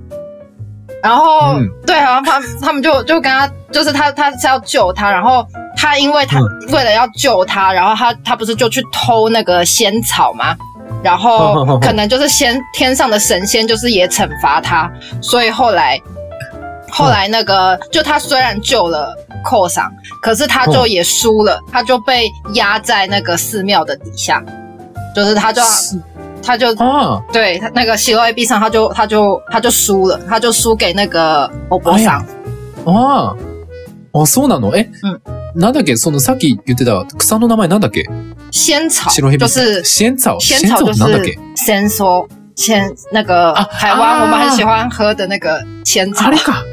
[SPEAKER 2] 然后、
[SPEAKER 1] 嗯
[SPEAKER 2] 对，然后他他们就就跟他，就是他他是要救他，然后他因为他、
[SPEAKER 1] 嗯
[SPEAKER 2] 为了要救他，然后他他不是就去偷那个仙草吗？然
[SPEAKER 1] 哼哼
[SPEAKER 2] 后
[SPEAKER 1] 哼
[SPEAKER 2] 可能就是仙天上的神仙就是也惩罚他，所以后来后来那个就他虽然救了寇赏，可是他
[SPEAKER 1] 嗯
[SPEAKER 2] 就也输了，他就被压在那个寺庙的底下，就是他就他就
[SPEAKER 1] ああ、
[SPEAKER 2] 对他那个喜乐 A B 上，他就他就他就输了，他就输给那个欧博桑。
[SPEAKER 1] ああ。あ、そうなのえ、
[SPEAKER 2] うん
[SPEAKER 1] なんだっけそのさっき言ってた草の名前なんだっけ
[SPEAKER 2] 仙草
[SPEAKER 1] 白蛇
[SPEAKER 2] 就是
[SPEAKER 1] 仙草。
[SPEAKER 2] 仙
[SPEAKER 1] 仙
[SPEAKER 2] 草就
[SPEAKER 1] ってなんだっけ
[SPEAKER 2] 是仙说仙那个
[SPEAKER 1] 啊
[SPEAKER 2] 台湾
[SPEAKER 1] 啊
[SPEAKER 2] 我们很喜欢喝的那个仙草
[SPEAKER 1] あ。れか。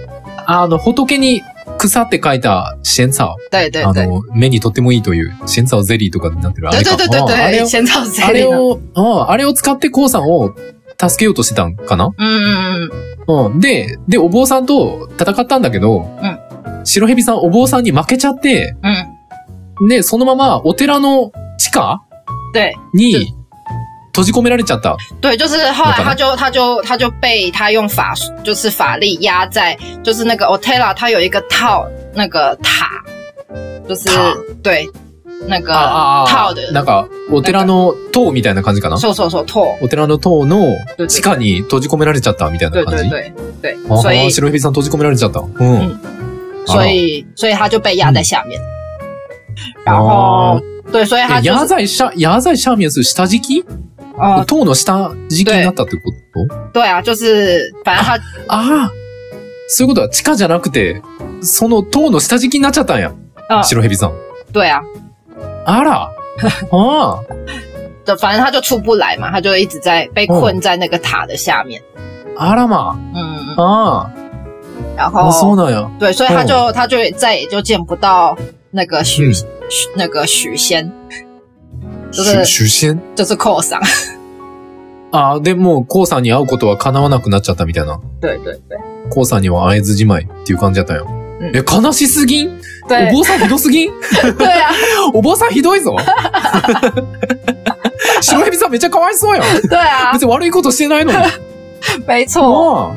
[SPEAKER 1] あの、仏に草って書いた仙草。
[SPEAKER 2] 对对
[SPEAKER 1] あ
[SPEAKER 2] 对
[SPEAKER 1] の、目にとってもいいという仙草ゼリーとかになってるあ
[SPEAKER 2] 对
[SPEAKER 1] れか。
[SPEAKER 2] 对对对
[SPEAKER 1] あああれ
[SPEAKER 2] 对，
[SPEAKER 1] を、
[SPEAKER 2] 仙草水
[SPEAKER 1] あれ
[SPEAKER 2] 里呢。
[SPEAKER 1] を、あああれを使ってコウさんを助けようとしてたんかな
[SPEAKER 2] 嗯嗯嗯，
[SPEAKER 1] うん。で、で、お坊さんと戦ったんだけど、白蛇さん、お坊さんに負けちゃって、
[SPEAKER 2] 嗯
[SPEAKER 1] で、そのままお寺の地下
[SPEAKER 2] 对
[SPEAKER 1] に閉じ込められちゃった。
[SPEAKER 2] 对，就是后来
[SPEAKER 1] 那干嘛
[SPEAKER 2] 他就他就他就被他用法术就是法力压在，就是那个 Otela 他有一个套那个塔，就是
[SPEAKER 1] 塔啊
[SPEAKER 2] 对那个
[SPEAKER 1] ああ
[SPEAKER 2] 套的，
[SPEAKER 1] なんか、お寺の塔みたいな感じかな
[SPEAKER 2] 说说说拓。
[SPEAKER 1] お寺の塔の地下に閉じ込められちゃったみたいな
[SPEAKER 2] 对
[SPEAKER 1] 感
[SPEAKER 2] 对
[SPEAKER 1] じ。
[SPEAKER 2] 对对
[SPEAKER 1] あ、
[SPEAKER 2] 所以
[SPEAKER 1] 白蛇さん閉じ込められちゃった。うん。
[SPEAKER 2] ん所以所以它就被压在下面。然后、
[SPEAKER 1] 哦
[SPEAKER 2] 对，所以它
[SPEAKER 1] え
[SPEAKER 2] 就
[SPEAKER 1] や
[SPEAKER 2] 是
[SPEAKER 1] 在下、や在下面する下敷き
[SPEAKER 2] 哦、
[SPEAKER 1] 塔の下敷きになったってこと
[SPEAKER 2] 对啊，就是反正它
[SPEAKER 1] ああそういうことは地下じゃなくて、その塔の下敷きになっちゃったんや。
[SPEAKER 2] 嗯、
[SPEAKER 1] 白蛇さん。
[SPEAKER 2] 对啊，
[SPEAKER 1] あ らああ
[SPEAKER 2] 就反正它就出不来嘛，它就一直在被困在那个塔的下面。
[SPEAKER 1] あらま
[SPEAKER 2] 嗯嗯，嗯
[SPEAKER 1] あ
[SPEAKER 2] 然
[SPEAKER 1] ああ、そう
[SPEAKER 2] 后
[SPEAKER 1] なんや。
[SPEAKER 2] 对，所以他就他就再也就见不到那个哦许许那个许仙，就是
[SPEAKER 1] 主戦
[SPEAKER 2] 就是扣上。
[SPEAKER 1] ああ、でも、コウさんに会うことは叶わなくなっちゃったみたいな。
[SPEAKER 2] 对对对
[SPEAKER 1] コウさんには会えずじまいっていう感じだったんや。
[SPEAKER 2] うん
[SPEAKER 1] え、悲しすぎんお
[SPEAKER 2] 对
[SPEAKER 1] 坊さんひどす ぎん
[SPEAKER 2] 对啊
[SPEAKER 1] お坊さんひどい ぞ白蛇さんめっちゃかわいそうやん。
[SPEAKER 2] 对啊，
[SPEAKER 1] 別に悪いことして ないのに。
[SPEAKER 2] 没错，
[SPEAKER 1] ま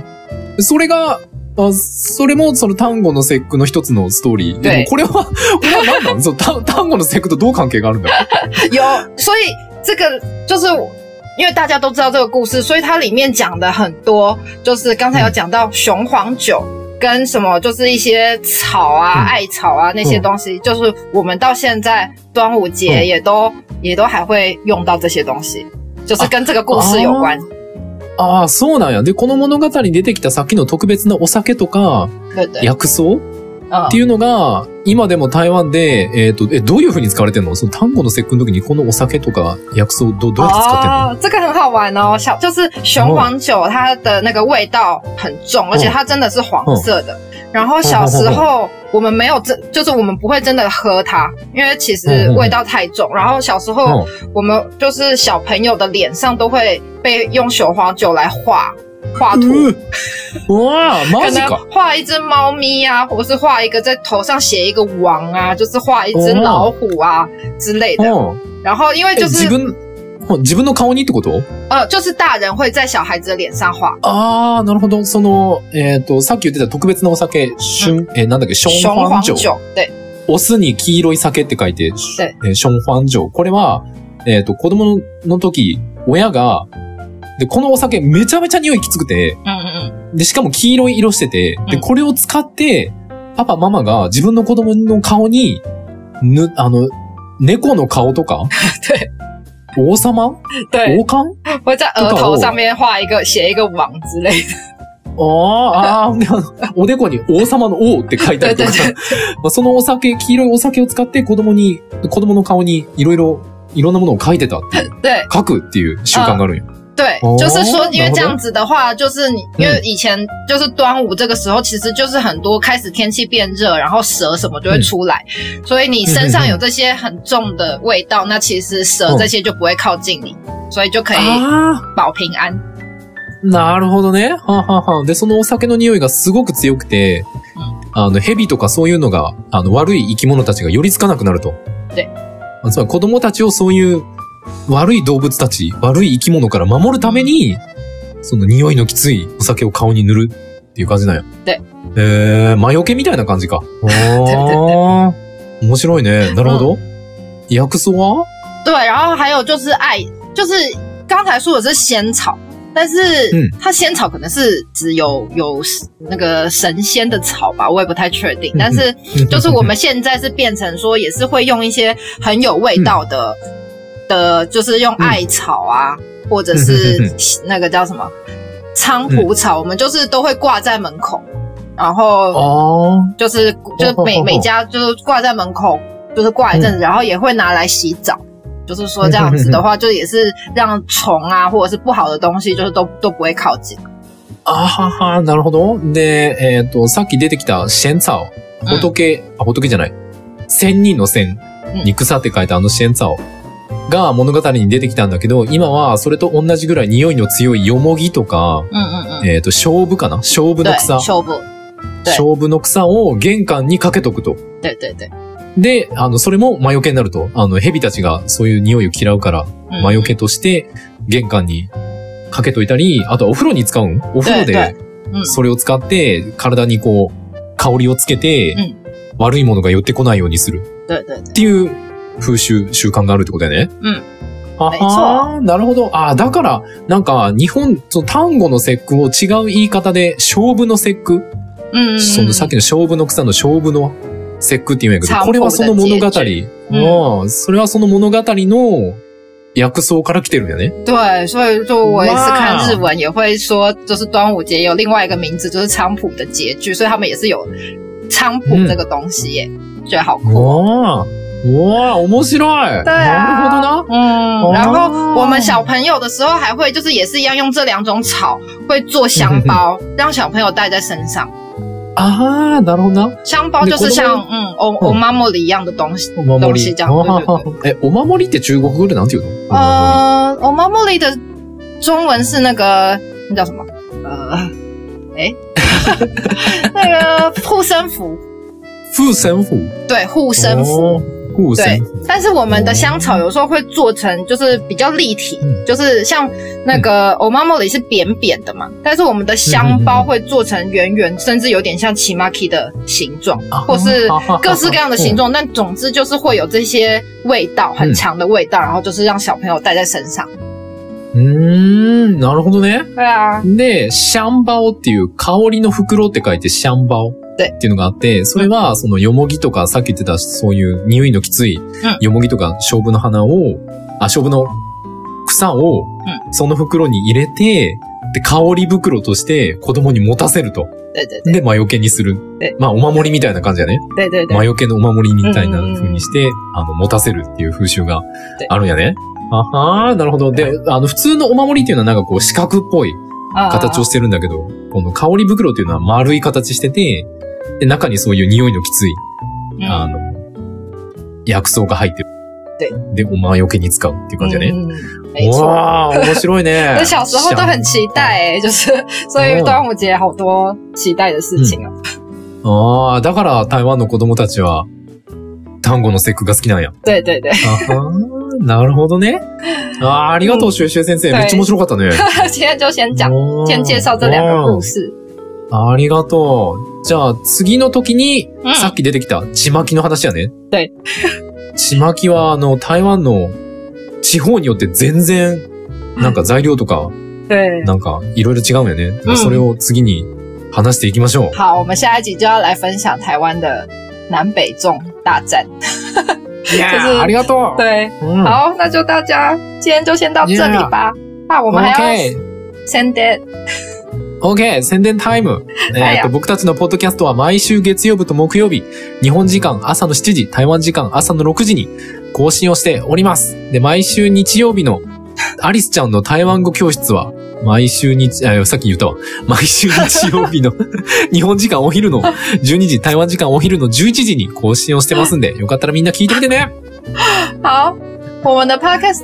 [SPEAKER 1] あ、それが、あそれもその単語の節句の一つのストーリー。で
[SPEAKER 2] は
[SPEAKER 1] も
[SPEAKER 2] い
[SPEAKER 1] これは、 これは何なのその単単語の節句とどう関係があるんだろ
[SPEAKER 2] 有所以这个就是我因为大家都知道这个故事，所以它里面讲的很多，就是刚才有讲到雄黄酒。跟什么就是一些草
[SPEAKER 1] 嗯
[SPEAKER 2] 啊、艾草啊那些东西，就是我们到现在端午节
[SPEAKER 1] 嗯
[SPEAKER 2] 也都、也都还会用到这些东西，就是跟这个故事有
[SPEAKER 1] 哦
[SPEAKER 2] 关。
[SPEAKER 1] うああ、そうなんや。で、この物語に出てきたさっきの特別なお酒とか、
[SPEAKER 2] 对对，
[SPEAKER 1] 薬草
[SPEAKER 2] 嗯
[SPEAKER 1] っていうのが、今でも台湾で、えっ、と、え、どういう風に使われてんのその単語の節句の時にこのお酒とか薬草どどうやって使ってんの、
[SPEAKER 2] 哦，这个很好玩哦，小就是雄黄酒，它的那个味道很重，而且它真的是黄色的。然后小时候我们没有真，就是我们不会真的喝它，因为其实味道太重。然后小时候我们就是小朋友的脸上都会被用雄黄酒来画画图。
[SPEAKER 1] うんうわあ、マ
[SPEAKER 2] 可
[SPEAKER 1] ジ
[SPEAKER 2] 能
[SPEAKER 1] か。
[SPEAKER 2] 画一只猫咪啊，或是画一个在头上写一个王啊，就是画一只
[SPEAKER 1] 哦
[SPEAKER 2] 老虎啊之类的。
[SPEAKER 1] うん
[SPEAKER 2] 然后因为
[SPEAKER 1] え
[SPEAKER 2] 就
[SPEAKER 1] 自
[SPEAKER 2] 是
[SPEAKER 1] 分、うん自分の顔にってこと
[SPEAKER 2] 呃，就是大人会在小孩子的脸上画
[SPEAKER 1] ああ、なるほど。その、えっ、と、さっき言ってた特別なお酒、シュン、えーなんだっけ、ションファンジョ。
[SPEAKER 2] 酒，对
[SPEAKER 1] お酢に黄色い酒って書いて、えーションファンジョ。これは、えっ、と、子供の時、親が、で、このお酒めちゃめちゃ匂いきつくて、
[SPEAKER 2] 嗯嗯
[SPEAKER 1] で、しかも黄色い色してて、
[SPEAKER 2] う
[SPEAKER 1] で、
[SPEAKER 2] ん
[SPEAKER 1] これを使って、パパ、ママが自分の子供の顔に、ぬ、あの、猫の顔と か
[SPEAKER 2] 对
[SPEAKER 1] 王様
[SPEAKER 2] 嗯，对，
[SPEAKER 1] 王冠
[SPEAKER 2] 会在额头上面画一个写一个王之类的，
[SPEAKER 1] あーあー、で あのおでこに王様の王って書いてあるとか
[SPEAKER 2] 对对
[SPEAKER 1] まあそのお酒、黄色いお酒を使って子供に、子供の顔にいろいろ、いろんなものを書いてたっていう、
[SPEAKER 2] 对
[SPEAKER 1] 書くっていう習慣があるんよ。
[SPEAKER 2] 对
[SPEAKER 1] 哦，
[SPEAKER 2] 就是说，因为这样子的话，就是你因为以前就是端午这个时候，其实就是很多开始天气变热，然后蛇什么就会出来，所以你身上有这些很重的味道，那其实蛇这些就不会靠近你，所以就可以
[SPEAKER 1] あ
[SPEAKER 2] 保平安。
[SPEAKER 1] あ、なるほどね。はんはんはんで、そのお酒の匂いがすごく強くて、あの、蛇とかそういうのが、あの、悪い生き物たちが寄りつかなくなると。
[SPEAKER 2] で
[SPEAKER 1] まあつまり子供たちをそういう悪い動物たち、悪い生き物から守るために、その匂いのきついお酒を顔に塗るっていう感じなんや。
[SPEAKER 2] で。
[SPEAKER 1] えー、魔除けみたいな感 じか。ああ、面白いね。なるほど。薬草は
[SPEAKER 2] 对，然后还有就是艾，就是刚才说的是仙草，但是
[SPEAKER 1] 嗯
[SPEAKER 2] 它仙草可能是只有有那个神仙的草吧，我也不太确定
[SPEAKER 1] 嗯。
[SPEAKER 2] 但是就是我们现在是变成说，也是会用一些很有味道的、
[SPEAKER 1] 嗯
[SPEAKER 2] 的，就是用艾草啊，或者是
[SPEAKER 1] 嗯嗯嗯
[SPEAKER 2] 那个叫什么菖蒲草，我们就是都会挂在门口，然
[SPEAKER 1] 哦
[SPEAKER 2] 后
[SPEAKER 1] ああ、
[SPEAKER 2] 就是就是
[SPEAKER 1] 哦哦
[SPEAKER 2] 每
[SPEAKER 1] 哦嗯
[SPEAKER 2] 每家就是挂在门口，就是挂一阵子，然后也会拿来洗澡。就是说这样子 的话，就也是让虫啊或者是不好的东西，就是都都不会靠近。
[SPEAKER 1] あはは、なるほど。で、えっ、と、さっき出てきた、シェンツァオ。仏、あ、仏じゃない。千人の千
[SPEAKER 2] うん
[SPEAKER 1] に草って書いたあのシェンツァオが物語に出てきたんだけど、今はそれと同じぐらい匂いの強いヨモギとか、
[SPEAKER 2] 嗯嗯嗯，
[SPEAKER 1] えっ、と、勝負かな勝負の
[SPEAKER 2] 对，
[SPEAKER 1] 草。
[SPEAKER 2] 修补，对
[SPEAKER 1] 勝負の草を玄関にかけとくと。
[SPEAKER 2] 对对对，
[SPEAKER 1] で、あの、それも魔除けになると。あの、蛇たちがそういう匂いを嫌うから、
[SPEAKER 2] 嗯
[SPEAKER 1] 魔除けとして玄関にかけといたり、あとはお風呂に使うんお風呂
[SPEAKER 2] はいは
[SPEAKER 1] で
[SPEAKER 2] い、うん
[SPEAKER 1] それを使って体にこう、香りをつけて
[SPEAKER 2] うん、
[SPEAKER 1] 悪いものが寄ってこないようにする
[SPEAKER 2] 对对对
[SPEAKER 1] っていう風習、習慣があるってことだよね。
[SPEAKER 2] うん。
[SPEAKER 1] ああ、なるほど。ああ、だから、なんか、日本、その単語の節句を違う言い方で、勝負の節句
[SPEAKER 2] うん。
[SPEAKER 1] そのさっきの勝負の草の勝負の節句っていうんやけど、こ
[SPEAKER 2] 残酷
[SPEAKER 1] れはその物語。
[SPEAKER 2] な结
[SPEAKER 1] うん。それはその物語の薬草から来てるんやね。
[SPEAKER 2] 对，所以就我也是看
[SPEAKER 1] 哇
[SPEAKER 2] 日文也会说，就是端午节有另外一个名字，就是菖蒲的结局，所以他们也是有菖蒲
[SPEAKER 1] 嗯
[SPEAKER 2] 这个东西耶，觉得好酷。
[SPEAKER 1] わあ、わあ、面白い。
[SPEAKER 2] 对啊
[SPEAKER 1] なるほどな。
[SPEAKER 2] 嗯，然
[SPEAKER 1] 哦
[SPEAKER 2] 后我们小朋友的时候还会就是也是一样用这两种草会做香包，让小朋友带在身上。
[SPEAKER 1] ああ、なるほどな。
[SPEAKER 2] 香包就是像嗯欧欧妈莫里一样的东西。
[SPEAKER 1] お守
[SPEAKER 2] どうし
[SPEAKER 1] り。
[SPEAKER 2] ちゃう
[SPEAKER 1] あー え、お守りって中国語でなんて言うの
[SPEAKER 2] 呃，欧妈莫里的中文是那个那叫什么？呃，哎，那个护身符，
[SPEAKER 1] 風船符。
[SPEAKER 2] 对，护身符。
[SPEAKER 1] 符。風船符。
[SPEAKER 2] 但是我们的香草有时候会做成就是比较立体，
[SPEAKER 1] 嗯
[SPEAKER 2] 就是像那个欧妈莫里是扁扁的嘛，但是我们的香包会做成圆圆，甚至有点像奇玛 k 的形状，
[SPEAKER 1] 啊
[SPEAKER 2] 或是各式各样的形状。但总之就是会有这些味道，很强的味道，然后就是让小朋友带在身上。
[SPEAKER 1] うーん、なるほどね。
[SPEAKER 2] 对啊，
[SPEAKER 1] で、シャンバオっていう香りの袋って書いてシャンバオっていうのがあって、それはそのヨモギとかさっき言ってたそういう匂いのきついヨモギとか勝負の花を、あ、勝負の草をその袋に入れて、で、香り袋として子供に持たせると。
[SPEAKER 2] 对对对
[SPEAKER 1] で、魔除けにする
[SPEAKER 2] え。
[SPEAKER 1] まあ、お守りみたいな感じだね。
[SPEAKER 2] 对对
[SPEAKER 1] 魔
[SPEAKER 2] 对，
[SPEAKER 1] 除けのお守りみたいな風にして、あの、持たせるっていう風習があるんやね。あはー、なるほど。で、あの、普通のお守りっていうのはなんかこう四角っぽい
[SPEAKER 2] 啊
[SPEAKER 1] 形をしてるんだけど、この香り袋っていうのは丸い形してて、で、中にそういう匂いのきつい、あ
[SPEAKER 2] 嗯
[SPEAKER 1] の、薬草が入ってる。で、お前よけに使うっていう感じだね。
[SPEAKER 2] 嗯，没错。。
[SPEAKER 1] わあ、面白いね
[SPEAKER 2] 我小时候都很期待、欸，就是所以端午节好多期待的事情哦。
[SPEAKER 1] ああ、だから台湾の子供たちは、単語の節句が好きなんや。
[SPEAKER 2] 对对 对，
[SPEAKER 1] あはーなるほどね。ああ、ありがとう、シュウシュウ先生。
[SPEAKER 2] はい
[SPEAKER 1] め っちゃ面白かったね。
[SPEAKER 2] 今天就先讲，
[SPEAKER 1] おー
[SPEAKER 2] 先介绍这两个故事。
[SPEAKER 1] あーありがとう。じゃあ、次の時に、
[SPEAKER 2] うん
[SPEAKER 1] さっき出てきた、ちまきの話やね。
[SPEAKER 2] はい。
[SPEAKER 1] ちまきは、あの、台湾の地方によって全然、なんか材料とか、
[SPEAKER 2] 对，
[SPEAKER 1] なんか、いろいろ違うんやね。
[SPEAKER 2] うん
[SPEAKER 1] それを次に話していきましょう。
[SPEAKER 2] 好，我们下一集就要来分享台湾的南北粽大战。
[SPEAKER 1] いや
[SPEAKER 2] 就是
[SPEAKER 1] ーあり がとう。
[SPEAKER 2] 对，
[SPEAKER 1] うん
[SPEAKER 2] 好，那就大家今天就先到这里吧。那我们还要
[SPEAKER 1] OK。
[SPEAKER 2] send it，
[SPEAKER 1] OK! 宣伝タイム、
[SPEAKER 2] はい
[SPEAKER 1] えーと僕たちのポッドキャストは毎週月曜日と木曜日、日本時間朝の7時、台湾時間朝の6時に更新をしております。で、毎週日曜日のアリスちゃんの台湾語教室は、毎週日、あ、さっき言ったわ。毎週日曜日の 日本時間お昼の12時、台湾時間お昼の11時に更新をしてますんで、よかったらみんな聞いてみてね。
[SPEAKER 2] 好，我们的 podcast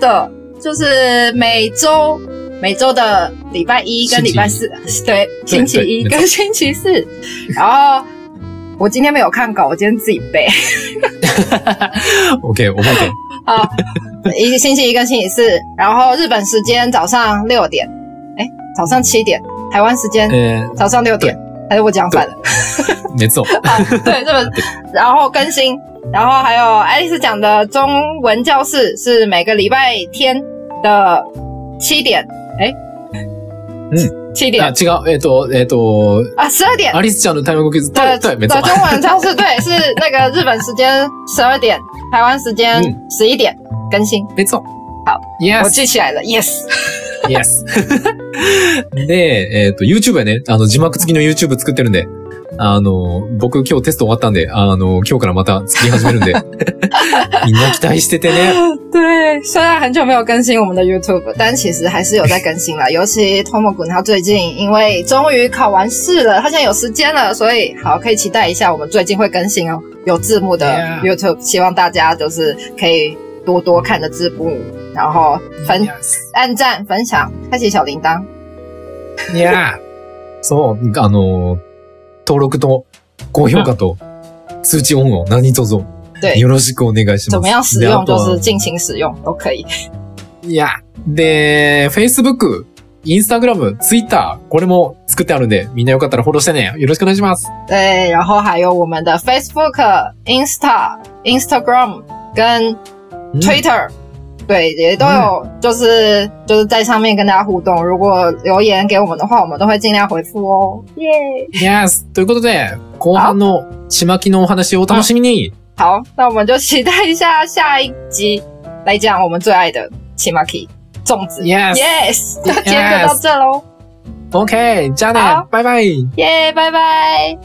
[SPEAKER 2] 就是每周每周的礼拜一跟礼拜四，对，星期一
[SPEAKER 1] 对
[SPEAKER 2] 跟星期四。然后我今天没有看稿，我今天自己背。
[SPEAKER 1] OK、覚えて。
[SPEAKER 2] 好，一星期一跟星期四，然后日本时间早上六点，哎，早上七点，台湾时间
[SPEAKER 1] えー
[SPEAKER 2] 早上六点，还是我讲反了？
[SPEAKER 1] 熱を。
[SPEAKER 2] 对，日本，然后更新，然后还有爱丽丝讲的中文教室是每个礼拜天的七点，哎，
[SPEAKER 1] 嗯，
[SPEAKER 2] 七
[SPEAKER 1] あ、
[SPEAKER 2] 点
[SPEAKER 1] 違う。えっ、と、えっ、と、
[SPEAKER 2] 啊，十二点
[SPEAKER 1] アリスちゃんの台湾語教室。
[SPEAKER 2] 的
[SPEAKER 1] 对、
[SPEAKER 2] 的
[SPEAKER 1] 没错。
[SPEAKER 2] 中文教室，对，是那个日本时间十二点，台湾时间
[SPEAKER 1] 嗯
[SPEAKER 2] 十一点更新，
[SPEAKER 1] 別荘。
[SPEAKER 2] 好。
[SPEAKER 1] Yes.
[SPEAKER 2] 我记起来了，yes，
[SPEAKER 1] Yes. で、えっ、と、YouTube やね、あの、字幕付きの YouTube 作ってるんで、あの、僕今日テスト終わったんで、あの、今日からまた作り始めるん で、みんな期待しててね。
[SPEAKER 2] 对，虽然很久没有更新我们的 YouTube，但其实还是有在更新啦。尤其 Tom 滚他最近因为终于考完试了，他现在有时间了，所以好可以期待一下我们最近会更新哦，有字幕的
[SPEAKER 1] Yeah.
[SPEAKER 2] YouTube，、希望大家就是可以多多看着字幕，然后分
[SPEAKER 1] Yes.
[SPEAKER 2] 按赞、分享、开启小铃铛。
[SPEAKER 1] Yeah. そう、あの、登録と、高評価と、通知オンを何卒よ
[SPEAKER 2] 对，
[SPEAKER 1] ろしくお願いします。
[SPEAKER 2] 怎么样使
[SPEAKER 1] であ
[SPEAKER 2] 用
[SPEAKER 1] と
[SPEAKER 2] 就
[SPEAKER 1] は
[SPEAKER 2] 是尽情使用都可以。
[SPEAKER 1] いや。で、Facebook、Instagram、Twitter、これも作ってあるんで、みんなよかったらフォローしてね。よろしくお願いします。
[SPEAKER 2] 对，然后还有我们的 Facebook、Insta、Instagram 跟
[SPEAKER 1] うん
[SPEAKER 2] Twitter，、对，也都有就是、就是在上面跟大家互动。如果留言给我们的话，我们都会尽量回复哦。耶、
[SPEAKER 1] Yes! ということで、後半のちまきのお話をお楽しみに
[SPEAKER 2] 好，那我们就期待一下下一集来讲我们最爱的 Chimaki 粽子。
[SPEAKER 1] !Yes!
[SPEAKER 2] Yes，那今天就到这喽，
[SPEAKER 1] OK! じゃあね
[SPEAKER 2] 好
[SPEAKER 1] バイバイ
[SPEAKER 2] 耶、拜拜。